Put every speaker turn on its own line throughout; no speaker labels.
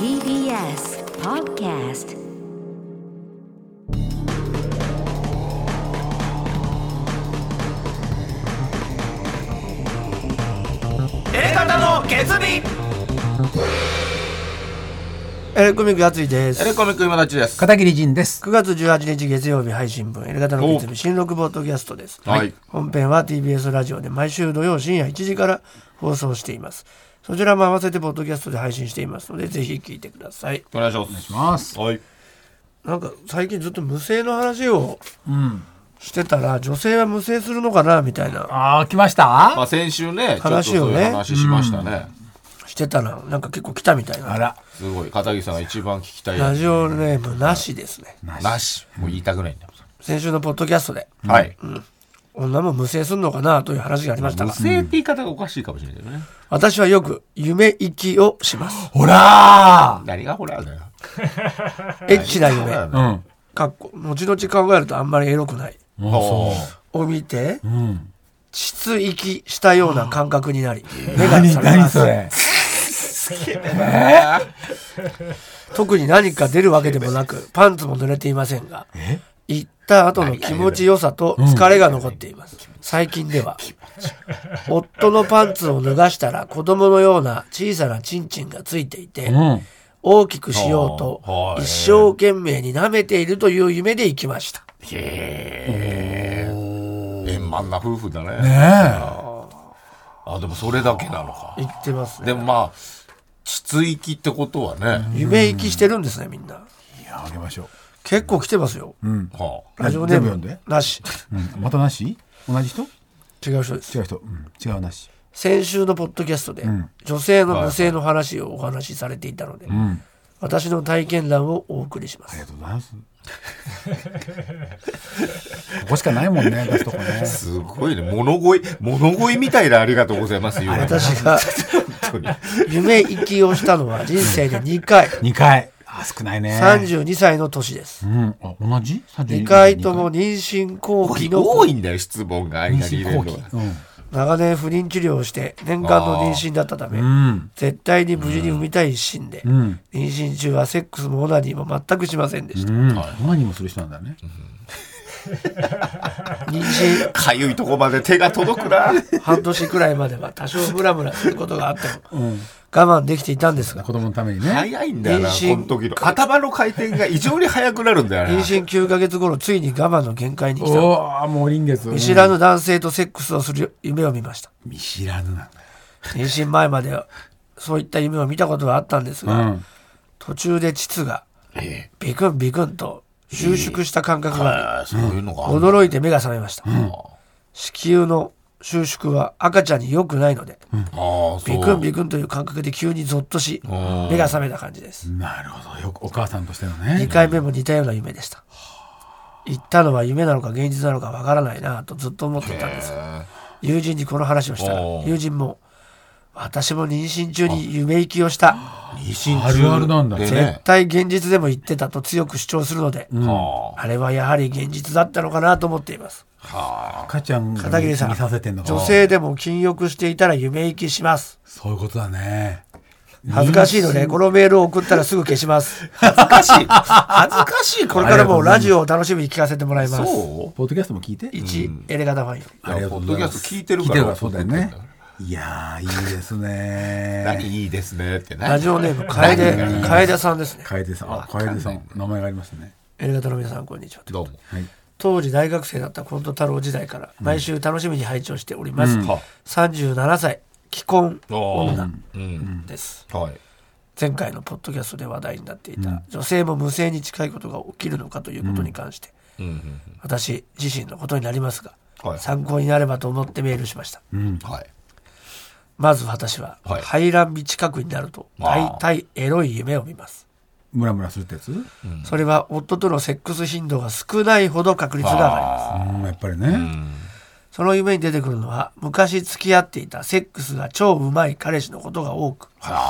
TBS Podcast
方の決意
エレコミックやついです
エレコミック今立ちです
片桐仁です。
9月18日月曜日配信分「エレガタの決意」新録ポッドキャストです、
はい
本編は TBS ラジオで毎週土曜深夜1時から放送していますそちらも合わせてポッドキャストで配信していますのでぜひ聞いてください
お願いします
ます。
はい
なんか最近ずっと無声の話をしてたら、女性は無声するのかなみたいな
ああ、来まし
ま
た
あ先週ねちょっと
話
そ
を
う
ね
いう話しましたね
してたらなんか結構来たみたい
あ
な
ら、
すごい片桐さんが一番聞きたい
ラ
や
ジオネームなしですね
つなしもう言いたくないんだよ
先週のポッドキャストで
はい
女も無声するのかなという話がありました
無
が
声って言い方がおかしいかもしれないけどね
私はよく夢行きをします
ほら
何がホラーだよ
エッチな夢
そう
ー
だね
ん。
かっこ後々考えるとあんまりエロくない
おー
を見て
うん。
膣息したような感覚になり目が
何、
覚めま
何
す
それ。
特に何か出るわけでもなくパンツも濡れていませんが行った後の気持ちよさと疲れが残っています、最近では夫のパンツを脱がしたら子供のような小さなチンチンがついていて、
うん。
大きくしようと
はい
一生懸命に舐めているという夢で行きました
へえ円満な夫婦だ
ね
ね
え。
あでもそれだけなのか
行ってます
で
ね
もまあ膣息ってことはね
夢行きしてるんですねみんない
や、あげましょ
結構来てますよ、
はあ
ラジオネー
全部読
ム
ん
なし
う。うん。またなし同じ人
違う人です
違う人。うん。違うなし。
先週のポッドキャストで、女性の無性の話をお話しされていたので、私の体験談をお送りしま
あ
す
りがとうございます。ここしかないもんね、出すとこね。
すごいね物乞い物乞いみたいなありがとうございますよ
私が 夢行きをしたのは人生で2回
二回。あ、少ないね。
32歳の年です
うん。あ、同じ
2回とも。妊娠後期の
多いんだよ質問が間に入れるのが
うん。
長年不妊治療をして念願の妊娠だったため
ん
絶対に無事に産みたい一心で、
ん
妊娠中はセックスもオナニーも全くしませんでした、
うん。何にもする人なんだね。
妊娠
かゆいとこまで手が届くな
半年くらいまでは多少ムラムラすることがあっても我慢できていたんですが
子供のためにね。
早いんだよなこ
妊娠
の時の頭の回転が異常に速くなるんだよ
妊
な
娠9ヶ月頃ついに我慢の限界に来た
おお、もう臨月。
見知らぬ男性とセックスをする夢を見ました
見知らぬなんだよ。
妊娠前まではそういった夢を見たことはあったんですが、
うん
途中で膣が
ええ
ビクンビクンと収縮した感覚があり
ああそういうのがある
驚いて目が覚めました、子宮の収縮は赤ちゃんに良くないので、
ああそう
ビクンビクンという感覚で急にゾッとし目が覚めた感じです
なるほど。よくお母さんとしての
2
ね。
回目も似たような夢でした言ったのは夢なのか現実なのかわからないなとずっと思っていたんですが友人にこの話をしたら
おー
友人も私も妊娠中に夢行きをした
妊娠中
あるあるなんだ
でね
絶対現実でも言ってたと強く主張するので、
は
あれはやはり現実だったのかなと思っています
あは
赤ちゃんが
片桐
見
さん
させてんのか
女。性でも禁欲していたら夢行きします
そういうことだね。
恥ずかしいのでこのメールを送ったらすぐ消します
あ恥ずかしい恥ずかしいこ
これ
れ
か
からら
も
も
ラジオを楽しみに聞かせてもらいます
そう
ポッドキャストも聞いて。
一エレガタファイン
ありがとうございま
ポッドキャ
す
スト聞いてるか
聞いてるから
ら。
そ
そうう
だ
だ
よ
よ
ね
ね。いやー、いいです
何
ね。
いいですねって
ラ
ね
ジオネーム楓楓さんですね
楓さん、あ、楓さん、名前がありましたね。
エレガタの皆さんこんにちは
どうも
はい。
当時大学生だった近藤太郎時代から毎週楽しみに拝聴しております、37歳既婚女
うん
です
はい
前回のポッドキャストで話題になっていた女性も無性に近いことが起きるのかということに関して
うん
私自身のことになりますが
はい
参考になればと思ってメールしました
うんはい
まず私は
はい
排卵日近くになると大体エロい夢を見ます
ムラムラするってやつ。うん、
それは夫とのセックス頻度が少ないほど確率が上がります
やっぱりね。
その夢に出てくるのは昔付き合っていたセックスが超うまい彼氏のことが多く
そういう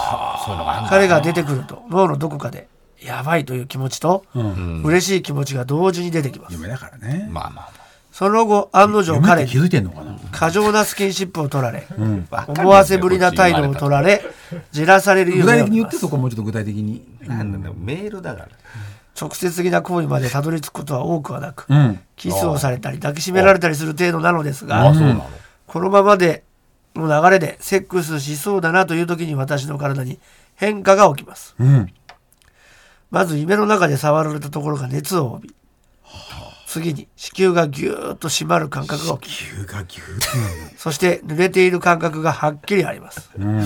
のがあるんだ
彼が出てくると脳のどこかでやばいという気持ちと
うん。
嬉しい気持ちが同時に出てきます
夢だからね。
まあまあまあ
その後、案の定
嫁って
彼
気
に
づいてんのかな
過剰なスキンシップを取られ、
わかんないですね
思わせぶりな態度を取られ、じらされるよ
具
うになり
体的に言
ま
って
す
そこもうちょっと具体的に
なんだろうメールだから
直接的な行為までたどり着くことは多くはなく、
うん
キスをされたり抱きしめられたりする程度なのです
あ
が、
そうなの
このままでの流れでセックスしそうだなという時に私の体に変化が起きます。
うん
まず夢の中で触られたところが熱を帯び、次に子宮がぎゅーっと締まる感覚が起き、
牛が牛
そして濡れている感覚がはっきりあります。
うん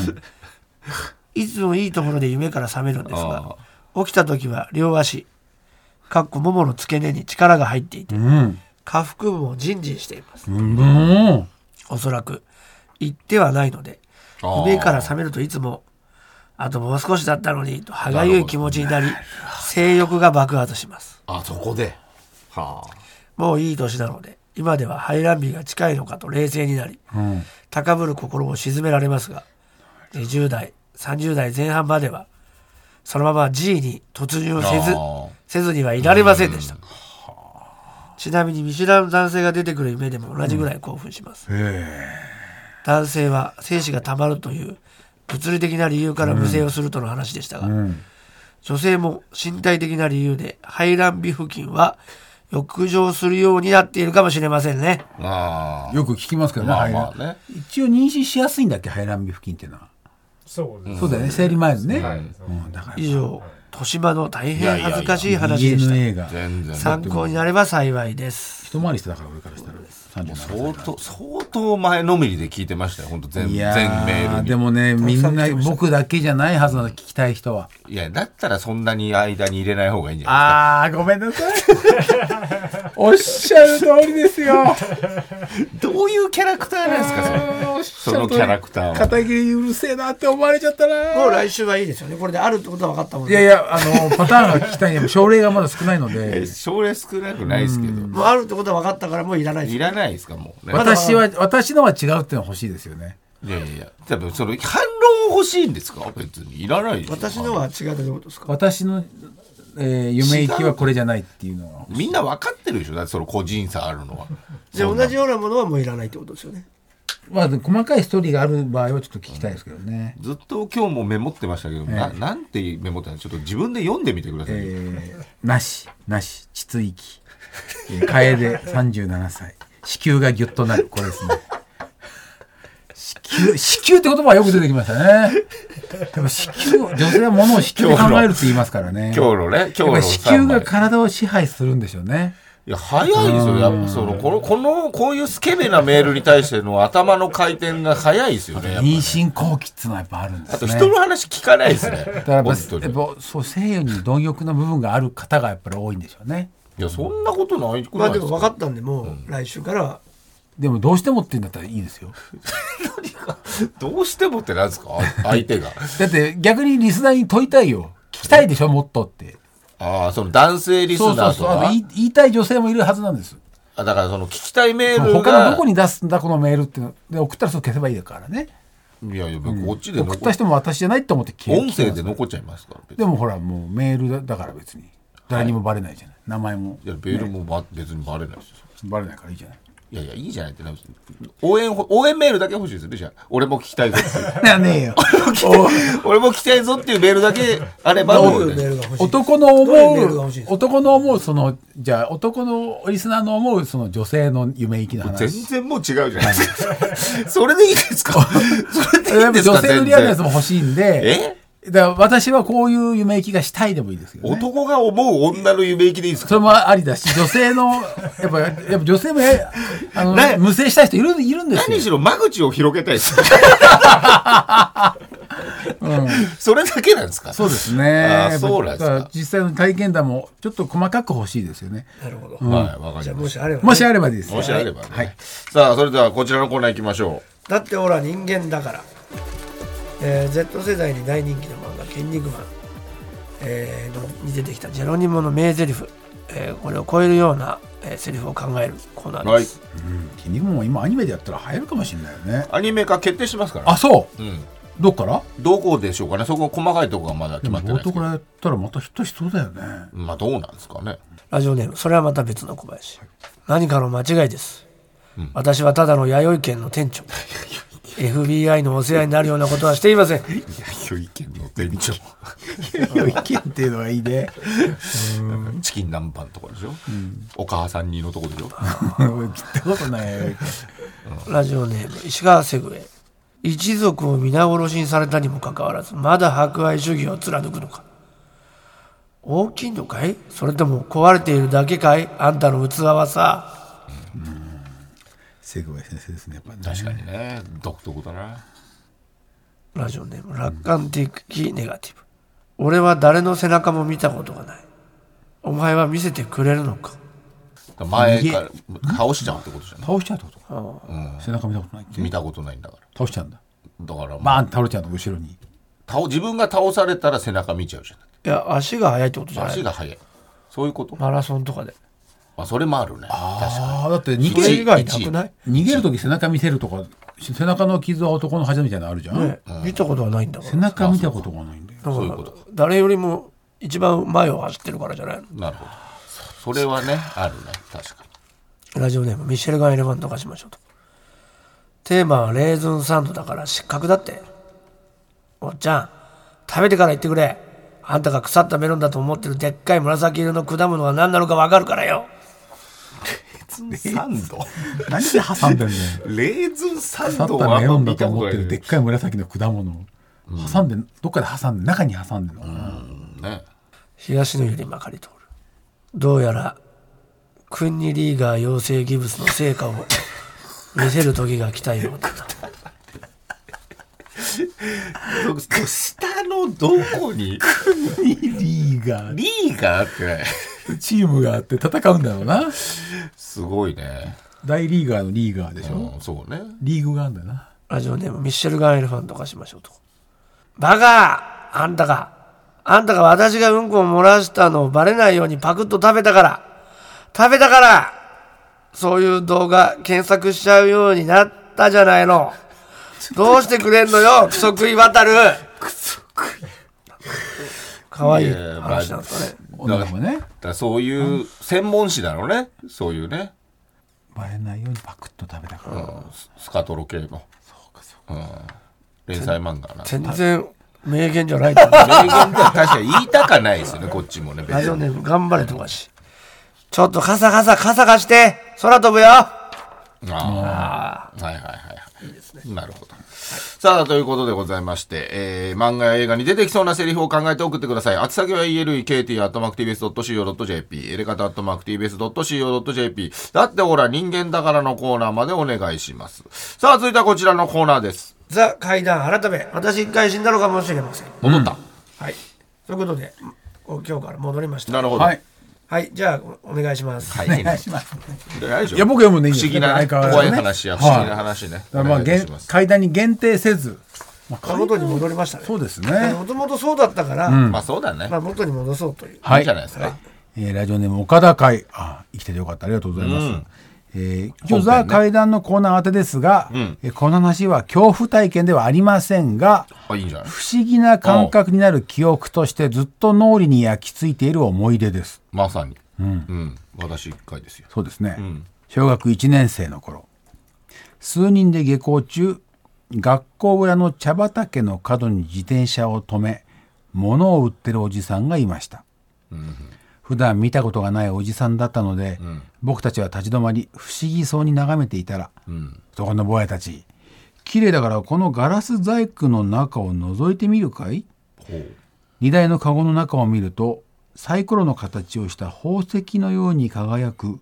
いつもいいところで夢から覚めるんです
あ
が、起きた時は両足、かっこももの付け根に力が入っていて、
うん
下腹部もジンジンしています。
うん
おそらく、言ってはないので、
あー
夢から覚めるといつも、あともう少しだったのに、と歯がゆい気持ちになり、性欲が爆発します。
あそこではあ
もういい年なので、今では排卵日が近いのかと冷静になり、
うん
高ぶる心を鎮められますが、20代、30代前半までは、そのまま G に突入せず
あー、
せずにはいられませんでした。ちなみに見知らぬ男性が出てくる夢でも同じぐらい興奮します。
へ
男性は精子が溜まるという物理的な理由から無精をするとの話でしたが、
えうん
女性も身体的な理由で排卵日付近は浴場するようになっているかもしれませんね。
あ
よく聞きますけどね
まあ
排卵
まあね
一応妊娠しやすいんだっけ排卵日付近っていうのは
そうです
そうだよね生理前のね
はい
うんだから
以上、豊島の大変恥ずかしい話でした。
DNA が
全然
参考になれば幸いです。
一回りしてだから俺からしたら37歳
相当相当前のめりで聞いてましたよ本当全
い
全
や
メール
ー
に
でもねみんな僕だけじゃないはずなの聞きたい人はい
やだったらそんなに間に入れない方がいいんじゃないですか
あーごめんなさい おっしゃる通りですよ
どういうキャラクターなんですかそれそのキャラクターは
片桐うるせえなって思われちゃった
もう
な
来週はいいですよね。これであるってことは分かったもん
い
ね。
やいやあのパターンが聞きたいんで症例がまだ少ないので
え症例少なくないですけど
もうあるってことは分かったからもういらないです
いらないですかもうね
私は私のは違うっていうのは欲しいですよね
いやいやいや多分その反論欲しいんですか別にいらないですよ
私のは違うってどういうことですか
私の、えー夢行きはこれじゃないっていうのは
みんな分かってるでしょだってその個人差ある のは
じゃあ同じようなものはもういらないってことですよね。
まあ細かいストーリーがある場合はちょっと聞きたいですけどね
ずっと今日もメモってましたけど、ななんてメモってたのちょっと自分で読んでみてくださいよ、
えーなし、なし、膣息。えー楓37歳。子宮がぎゅっとなる。これですね。子宮、子宮って言葉はよく出てきましたね。でも子宮、女性は物を子宮で考えるって言いますからね。
今日のね今日
やっぱ
の
り子宮が
3枚
体を支配するんでしょうね。
いや、早いですよ。やっぱその、この、この、こういうスケベなメールに対しての頭の回転が早いですよね。やっぱ
妊娠後期っていうのはやっぱあるんで
あ
す
と
ね。
人の話聞かないですね。
だからやっぱ
本当に。
やっぱそう西洋に貪欲な部分がある方がやっぱり多いんでしょうね。
いや、そんなことないく
ま
ら
あ
い
で
です
も
か。
分かったんで、もう来週からは
でもどうしてもって言うんだったらいいですよ。
どうしてもってなんですか相手が。
だって逆にリスナーに問いたいよ。聞きたいでしょ、もっとって。
ああ、その男性リス
そうそ
ナ
う
ーと
そう。あ
か
と。言い言いたい女性もいるはずなんです。
あだからその聞きたいメールが。
他のどこに出すんだ、このメールっていうの。で、送ったらすぐ消せばいいからね。
いやいや、僕こっちで
送
残
った人も私じゃないと思って消え
音声で残っちゃいますから。別に
でもほら、もうメールだだから別に。誰にもバレないじゃない。名前も
いや、メールもば別にバレないですよ。
バレないからいい じゃない。
いやいや、いいじゃないってなるんですよ応援、応援メールだけ欲しいですよね、じゃあ。俺も聞きたいぞっていう。
いやねえよ。
俺も来たいぞっていうメールだけあれば
ど
も
う
う
いうメー
ね
ルが欲しい
男の思
どういうメールが欲しいんです
う、
か
男の思う、その、じゃあ、男のリスナーの思う、その女性の夢行きの
全
話。
然もう違うじゃないですか。それでいいですかそれでいい
や
ん
っ
で
ぱ
すか
女性のリアルなやつも
全然
欲しいんで、だから私はこういう夢行きがしたいでもいいですけど、ね。
男が思う女の夢行きでいいですか
それもありだし、女性の、やっぱ、やっぱ女性もや、あの、
ね
無制したい人いる、いるんです
何
よ。
しろ間口を広げたいです。それだけなんですか
そうですね。
あー
やっぱ
そうなんですか
だら実際の体験談も、ちょっと細かく欲しいですよね。
なるほど。
はい、わか
じゃ
り
あ
ま
も
し
しあれば、
もしあればです。
た。もしあればね。
はい。
さあ、それではこちらのコーナー行きましょ
だってほら人間だから、えー Z 世代に大人気の漫画「筋肉マン」えーのに出てきたジェロニモの名台詞、えーこれを超えるような、えー、セリフを考えるコーナ
う。
ー
は
で
い。
す、
君も今アニメでやったら流行るかもしれないよね。
アニメ化決定しますから。
あ、そう。
うん。
どっから
どこでしょうかねそこ細かいとこがまだ
で
決ま
も
ってない
冒
です
頭か
けど
らやったらまたヒットしそうだよね
まあどうなんですかね
ラジオネームそれはまた別の小林、何かの間違いです、私はただの弥生県の店 長 FBI のお世話になるようなことはしていません
今日意見の店長
意見っていうのがいいね
チキン南蛮とかでしょ、お母さんにのとこでしょ
聞いたことない
ラジオネーム石川セグウェイ一族を皆殺しにされたにもかかわらずまだ博愛主義を貫くのか大きいのかいそれとも壊れているだけかいあんたの器はさ
セグウェイ先生ですねやっぱね
確かにね独特だな
ラジオネーム楽観的ネガティブ俺は誰の背中も見たことがないお前は見せてくれるのか
前から倒しちゃうってことじゃない
倒しちゃうってことか、背中見たことないって
見たことないんだから
倒しちゃうんだ
だから、ま
バ
あ、
ーンって倒れちゃうの後ろに
倒自分が倒されたら背中見ちゃうじゃん
いや足が速いってことじゃな
足
い
が速いそういうこと、ま
マラソンとかで
あ、それもあるね確か
ああだって逃
そ
げ
れ以
る
外なくない、
逃げる時背中見せるとか背中の傷は男の恥みたいなのあるじゃん、
ね、見たことはないんだか
背
ら
中見たことがないんだよ
そういうこと
誰よりも一番前を走ってるからじゃないの
なるほどそれはねあるね確かに
ラジオネームミシェルガン・エレファント化しましょうとテーマはレーズンサンドだから失格だっておっちゃん食べてから言ってくれあんたが腐ったメロンだと思ってるでっかい紫色の果物は何なのかわかるからよ
サンド
何で挟んでんだよ
レーズンサン
腐
ド
った
は
メロンだと思っ
あ
て
んま
るで
見
っかい紫の果物を挟んでどっかで挟んで中に挟んでんのかな、
たことないね
東のゆりまかり通るどうやらクンニリーガー養成ギブスの成果を見せる時が来たようだな
そ下のどこに
リーガー
リーがあってね
チームがあって戦うんだろうな
すごいね、
大リーガーのリーガーでしょ、
うん、そうね
リーグがあるんだよな
ラジオネームミッシェルガン・エレファント化しましょうとバカあんたがあんたが私がうんこを漏らしたのをバレないようにパクッと食べたから食べたからそういう動画検索しちゃうようになったじゃないのどうしてくれんのよクソ食い渡るクソ食いかわいい話なんですかね
女の子ね
だからそういう専門誌だろうねそういうね、
バレないようにパクッと食べたから、
うんススカトロ系のうん、連載漫画な
全然名言じゃないと思う
名言って確かに言いたかないですよねこっちもね別
ラジオ
に
ネーム頑張れとかしちょっとカサカサカサカして空飛ぶよ
ああはいはいはいはいなるほどさあということでございまして、えー漫画や映画に出てきそうなセリフを考えて送ってください宛先は elekt.mactvs.co.jp エレカタ .mactvs.co.jp だってほら人間だからのコーナーまでお願いしますさあ続いてはこちらのコーナーです
ザ怪談改め私一回死んだのかもしれません
戻った、
はいということでこう今日から戻りました
なるほど
はい
はいじゃあお願いします、は
は
いい、
お願いします
い
いや僕読むねいい
不
よ
思議な、ね、
相変わらず
怖い
ね
話や
は
不思議な話ね。
だからまあ
お願い
限
します
階段に限定せず、まあ、
元に戻りましたね
そうですね
もともとそうだったから、
まあそうだね
ま。あ元に戻そうという
はい。いいじゃないですか。
えーラジオネーム岡田会あ生きててよかったありがとうございます、えー一応、
本編ね
ザ・怪談のコーナー当てですが、えーこの話は恐怖体験ではありませんが
あ、いいんじゃない
不思議な感覚になる記憶としてずっと脳裏に焼き付いている思い出です
まさに。うん。私一回ですよ。
そうですね、小学1年生の頃数人で下校中学校裏の茶畑の角に自転車を止め物を売ってるおじさんがいました、普段見たことがないおじさんだったので、僕たちは立ち止まり不思議そうに眺めていたら、そこの坊やたち綺麗だからこのガラス細工の中を覗いてみるかい
ほう。
荷台のカゴの中を見るとサイコロの形をした宝石のように輝く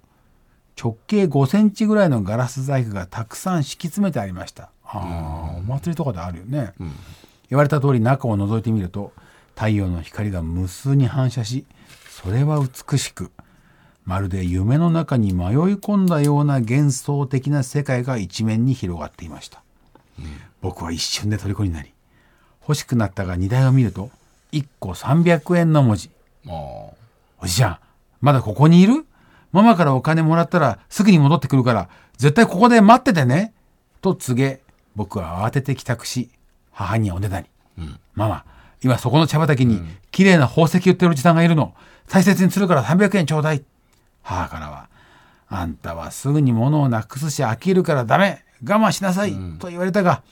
直径5センチぐらいのガラス細工がたくさん敷き詰めてありましたああお祭りとかであるよね、言われた通り中を覗いてみると太陽の光が無数に反射しそれは美しくまるで夢の中に迷い込んだような幻想的な世界が一面に広がっていました、僕は一瞬で虜になり欲しくなったが荷台を見ると1個300円の文字
まあ。
おじちゃんまだここにいるママからお金もらったらすぐに戻ってくるから絶対ここで待っててねと告げ僕は慌てて帰宅し
母にはおねだり、ママ今そこの茶畑に綺麗な宝石売ってるおじさんがいるの大切にするから300円ちょうだい母からは「あんたはすぐに物をなくすし飽きるからダメ我慢しなさい」と言われたが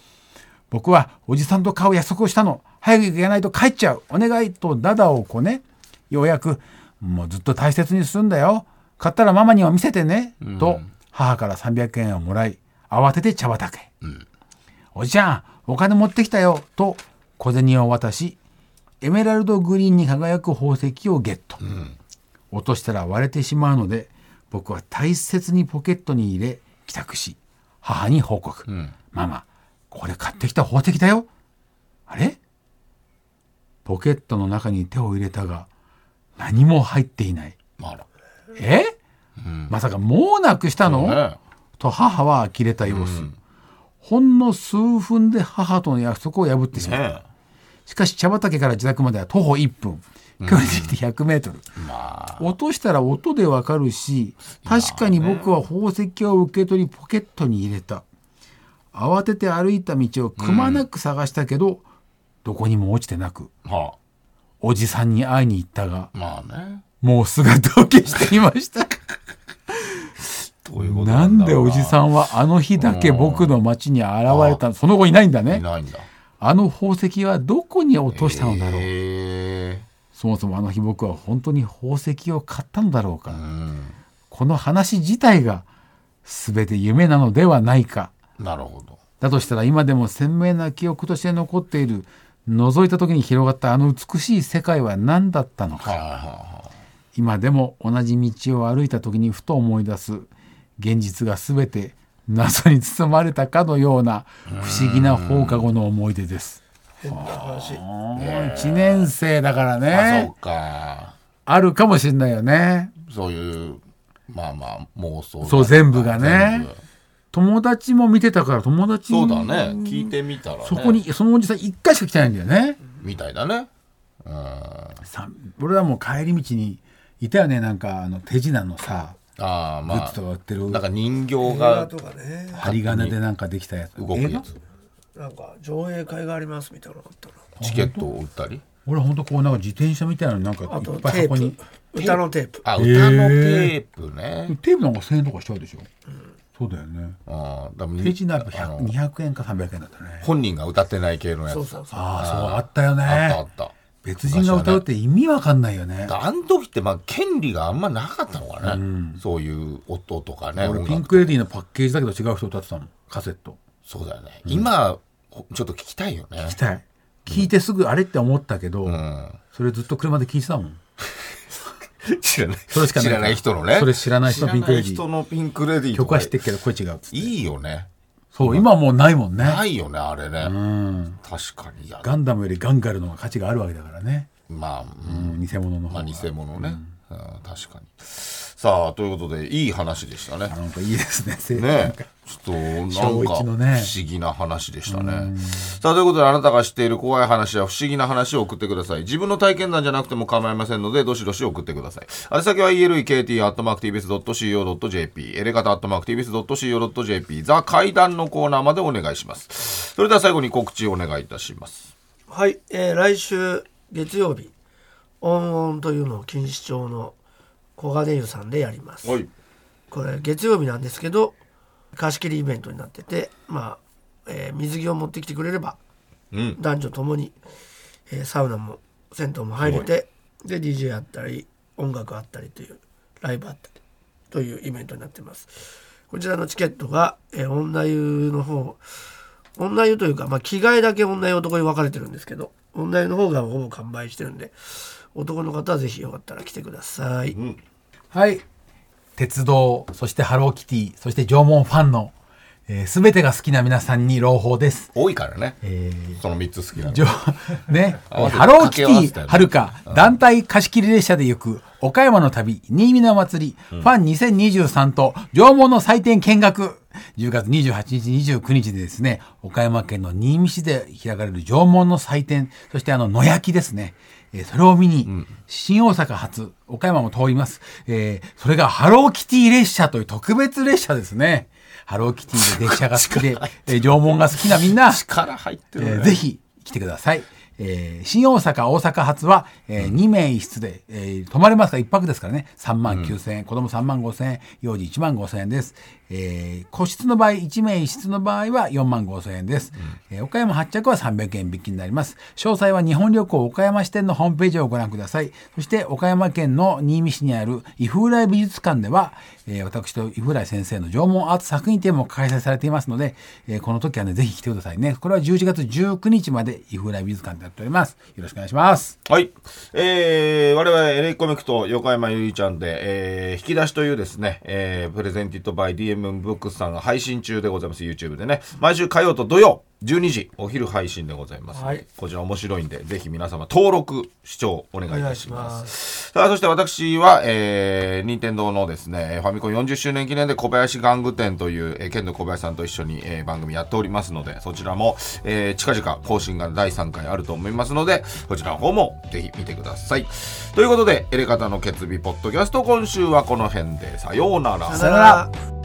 僕はおじさんと買う約束をしたの早く行かないと帰っちゃうお願いとダダをこねようやく「もうずっと大切にするんだよ買ったらママには見せてね」と母から300円をもらい慌てて茶畑へ、おじちゃんお金持ってきたよ」と小銭を渡しエメラルドグリーンに輝く宝石をゲット、落としたら割れてしまうので僕は大切にポケットに入れ帰宅し母に報告、ママこれ買ってきた宝石だよあれポケットの中に手を入れたが何も入っていない
あら。
え、まさかもうなくしたの、
ね
と母は呆れた様子、ほんの数分で母との約束を破ってしまった、
ね
しかし茶畑から自宅までは徒歩1分距離で100メートル、
まあ。
落としたら音でわかるし確かに僕は宝石を受け取りポケットに入れた慌てて歩いた道をくまなく探したけど、どこにも落ちてなく
は
おじさんに会いに行ったが
あ。まあね。
もう姿を消していました
どういうこと
なんでおじさ
ん
んはあの日だけ僕の町に現れたのその後いないんだ
い
ね
ないんだ。
あの宝石はどこに落としたのだろう、
へえ。
そもそもあの日僕は本当に宝石を買ったのだろうか、
うん。
この話自体が全て夢なのではないか
なるほど。
だとしたら今でも鮮明な記憶として残っている覗いた時に広がったあの美しい世界は何だったの
はい
か
はいは
今でも同じ道を歩いた時にふと思い出す現実が全て謎に包まれたかのような不思議な放課後の思い出です。もう1年生だから
いはい。あ、そ
ね
うか。
あるかもしれないよね。
そういう、まあまあ、妄想が
そう全部がね
全部
友達も見てたから友達
そうだね。聞いてみたらね。
そこに、。そのおじさん1回しか来てないんだよね。
みたいだね。うん。
さ俺らも帰り道にいたよねなんかあの手品のさ
ああ、
グ
ま
ッズ
あ
とか売。ってる
なんか人形が
とかね
針金でなんかできたやつ
動くやつ
映。
なんか上映会がありますみたいなのあったな
チケットを売ったり。
画俺ほんとこうなんか自転車みたいなのなんかい
あと
っぱい
テ
箱
ー
に
プ歌のテープ
あ、歌のテープね。
テープなんか1000円とかしちゃうでしょ、そうだよね
ああ、だから
手品やっぱ
あの
100 200円か300円だったね
本人が歌ってない系のやつ。
そうそうそう
ああそうあったよね
あったあった。
別人が歌うって意味わかんないよね
あの時ってまあ権利があんまなかったのかね、そういう音とかね
俺
音楽
ピンクレディーのパッケージだけど違う人歌ってたもんカセット
そうだよね、今ほちょっと聞きたいよね
聞きたい聞いてすぐあれって思ったけど、
うん、
それずっと車で聞いてたもん
知らない
それしかない
知らない人のね
それ知らない人のピンクレディ
知らない人のピンクレディーと
曲
か
は知ってっけど声違うっつって
いいよね
そう今もうないもんね
ないよねあれね、確かにいや
ガンダムよりガンガルの方が価値があるわけだからね、
まあ、うん
うん、偽物の方
ま
が、
あ偽物ね、うん確かにさあということでいい話でしたね
なんかいいですねせ
ねえ。ちょっと、なん
小
か、
一
不
の
思
ね
議な話でしたね。さあ、ということで、あなたが知っている怖い話や不思議な話を送ってください。自分の体験談じゃなくても構いませんので、どしどし送ってください。あ先は elekt.tbs.co.jp、エレカタ .tbs.co.jp、ザ階段のコーナーまでお願いします。それでは最後に告知をお願いいたします。
はい、えー来週月曜日「オンオン」というのを錦糸町の小金湯さんでやります、
はい。
これ月曜日なんですけど貸し切りイベントになっててまあ、えー水着を持ってきてくれれば
うん。
男女ともに、えーサウナも銭湯も入れてで DJ やったり音楽あったりというライブあったりというイベントになってますこちらのチケットが、えー女湯の方女湯というか、まあ、着替えだけ女湯男湯分かれてるんですけど女湯の方がほぼ完売してるんで男の方はぜひよかったら来てください、
はい鉄道そしてハローキティそして縄文ファンの、えー、全てが好きな皆さんに朗報です
多いからね。
えー
その3つ好きなの
じょ ね、
合わせて
ハローキテ
掛け合わせた
ィ
よね
はるか団体貸し切り列車で行く岡山の旅新見の祭り、ファン2023と縄文の祭典見学10月28日29日でですね岡山県の新見市で開かれる縄文の祭典そしてあの野焼きですね、えーそれを見に、新大阪発岡山も通ります、えーそれがハローキティ列車という特別列車ですねハローキティで電車が好きで、えー縄文が好きなみんな、
力入って
え
る
ー
ね。
ぜひ来てください。えー新大阪、大阪発は、え2名一室で、えー泊まれますから、1泊ですからね、3万9000円、子供3万5000円、幼児1万5000円です。えー個室の場合、1名一室の場合は4万5000円です、えー岡山発着は300円引きになります。詳細は日本旅行岡山支店のホームページをご覧ください。そして、岡山県の新見市にある伊風来美術館では、えー私と伊風来先生の縄文アート作品展も開催されていますので、えーこの時はね、ぜひ来てくださいね。これは11月19日まで伊風来美術館でやっております。よろしくお願いします。
はい。えー、我々、エレコミックと横山ゆりちゃんで、えー、引き出しというですね、えー、プレゼンティットバイ DM ブックスさんが配信中でございます、YouTube でね。毎週火曜と土曜、12時、お昼配信でございます、
はい
こちら面白いんで、ぜひ皆様、登録、視聴、お願いい
お願
た
い
し
し
ます。
ます。
さあ、そして私は、えー、任天堂のですね、ファミコン40周年記念で小林玩具店という、えー、剣道小林さんと一緒に、えー、番組やっておりますので、そちらも、えー、近々更新が第3回あると思いますので、そちらの方もぜひ見てください。ということで、エレカタの決日ポッドキャスト、今週はこの辺で、さようなら。
さよなら。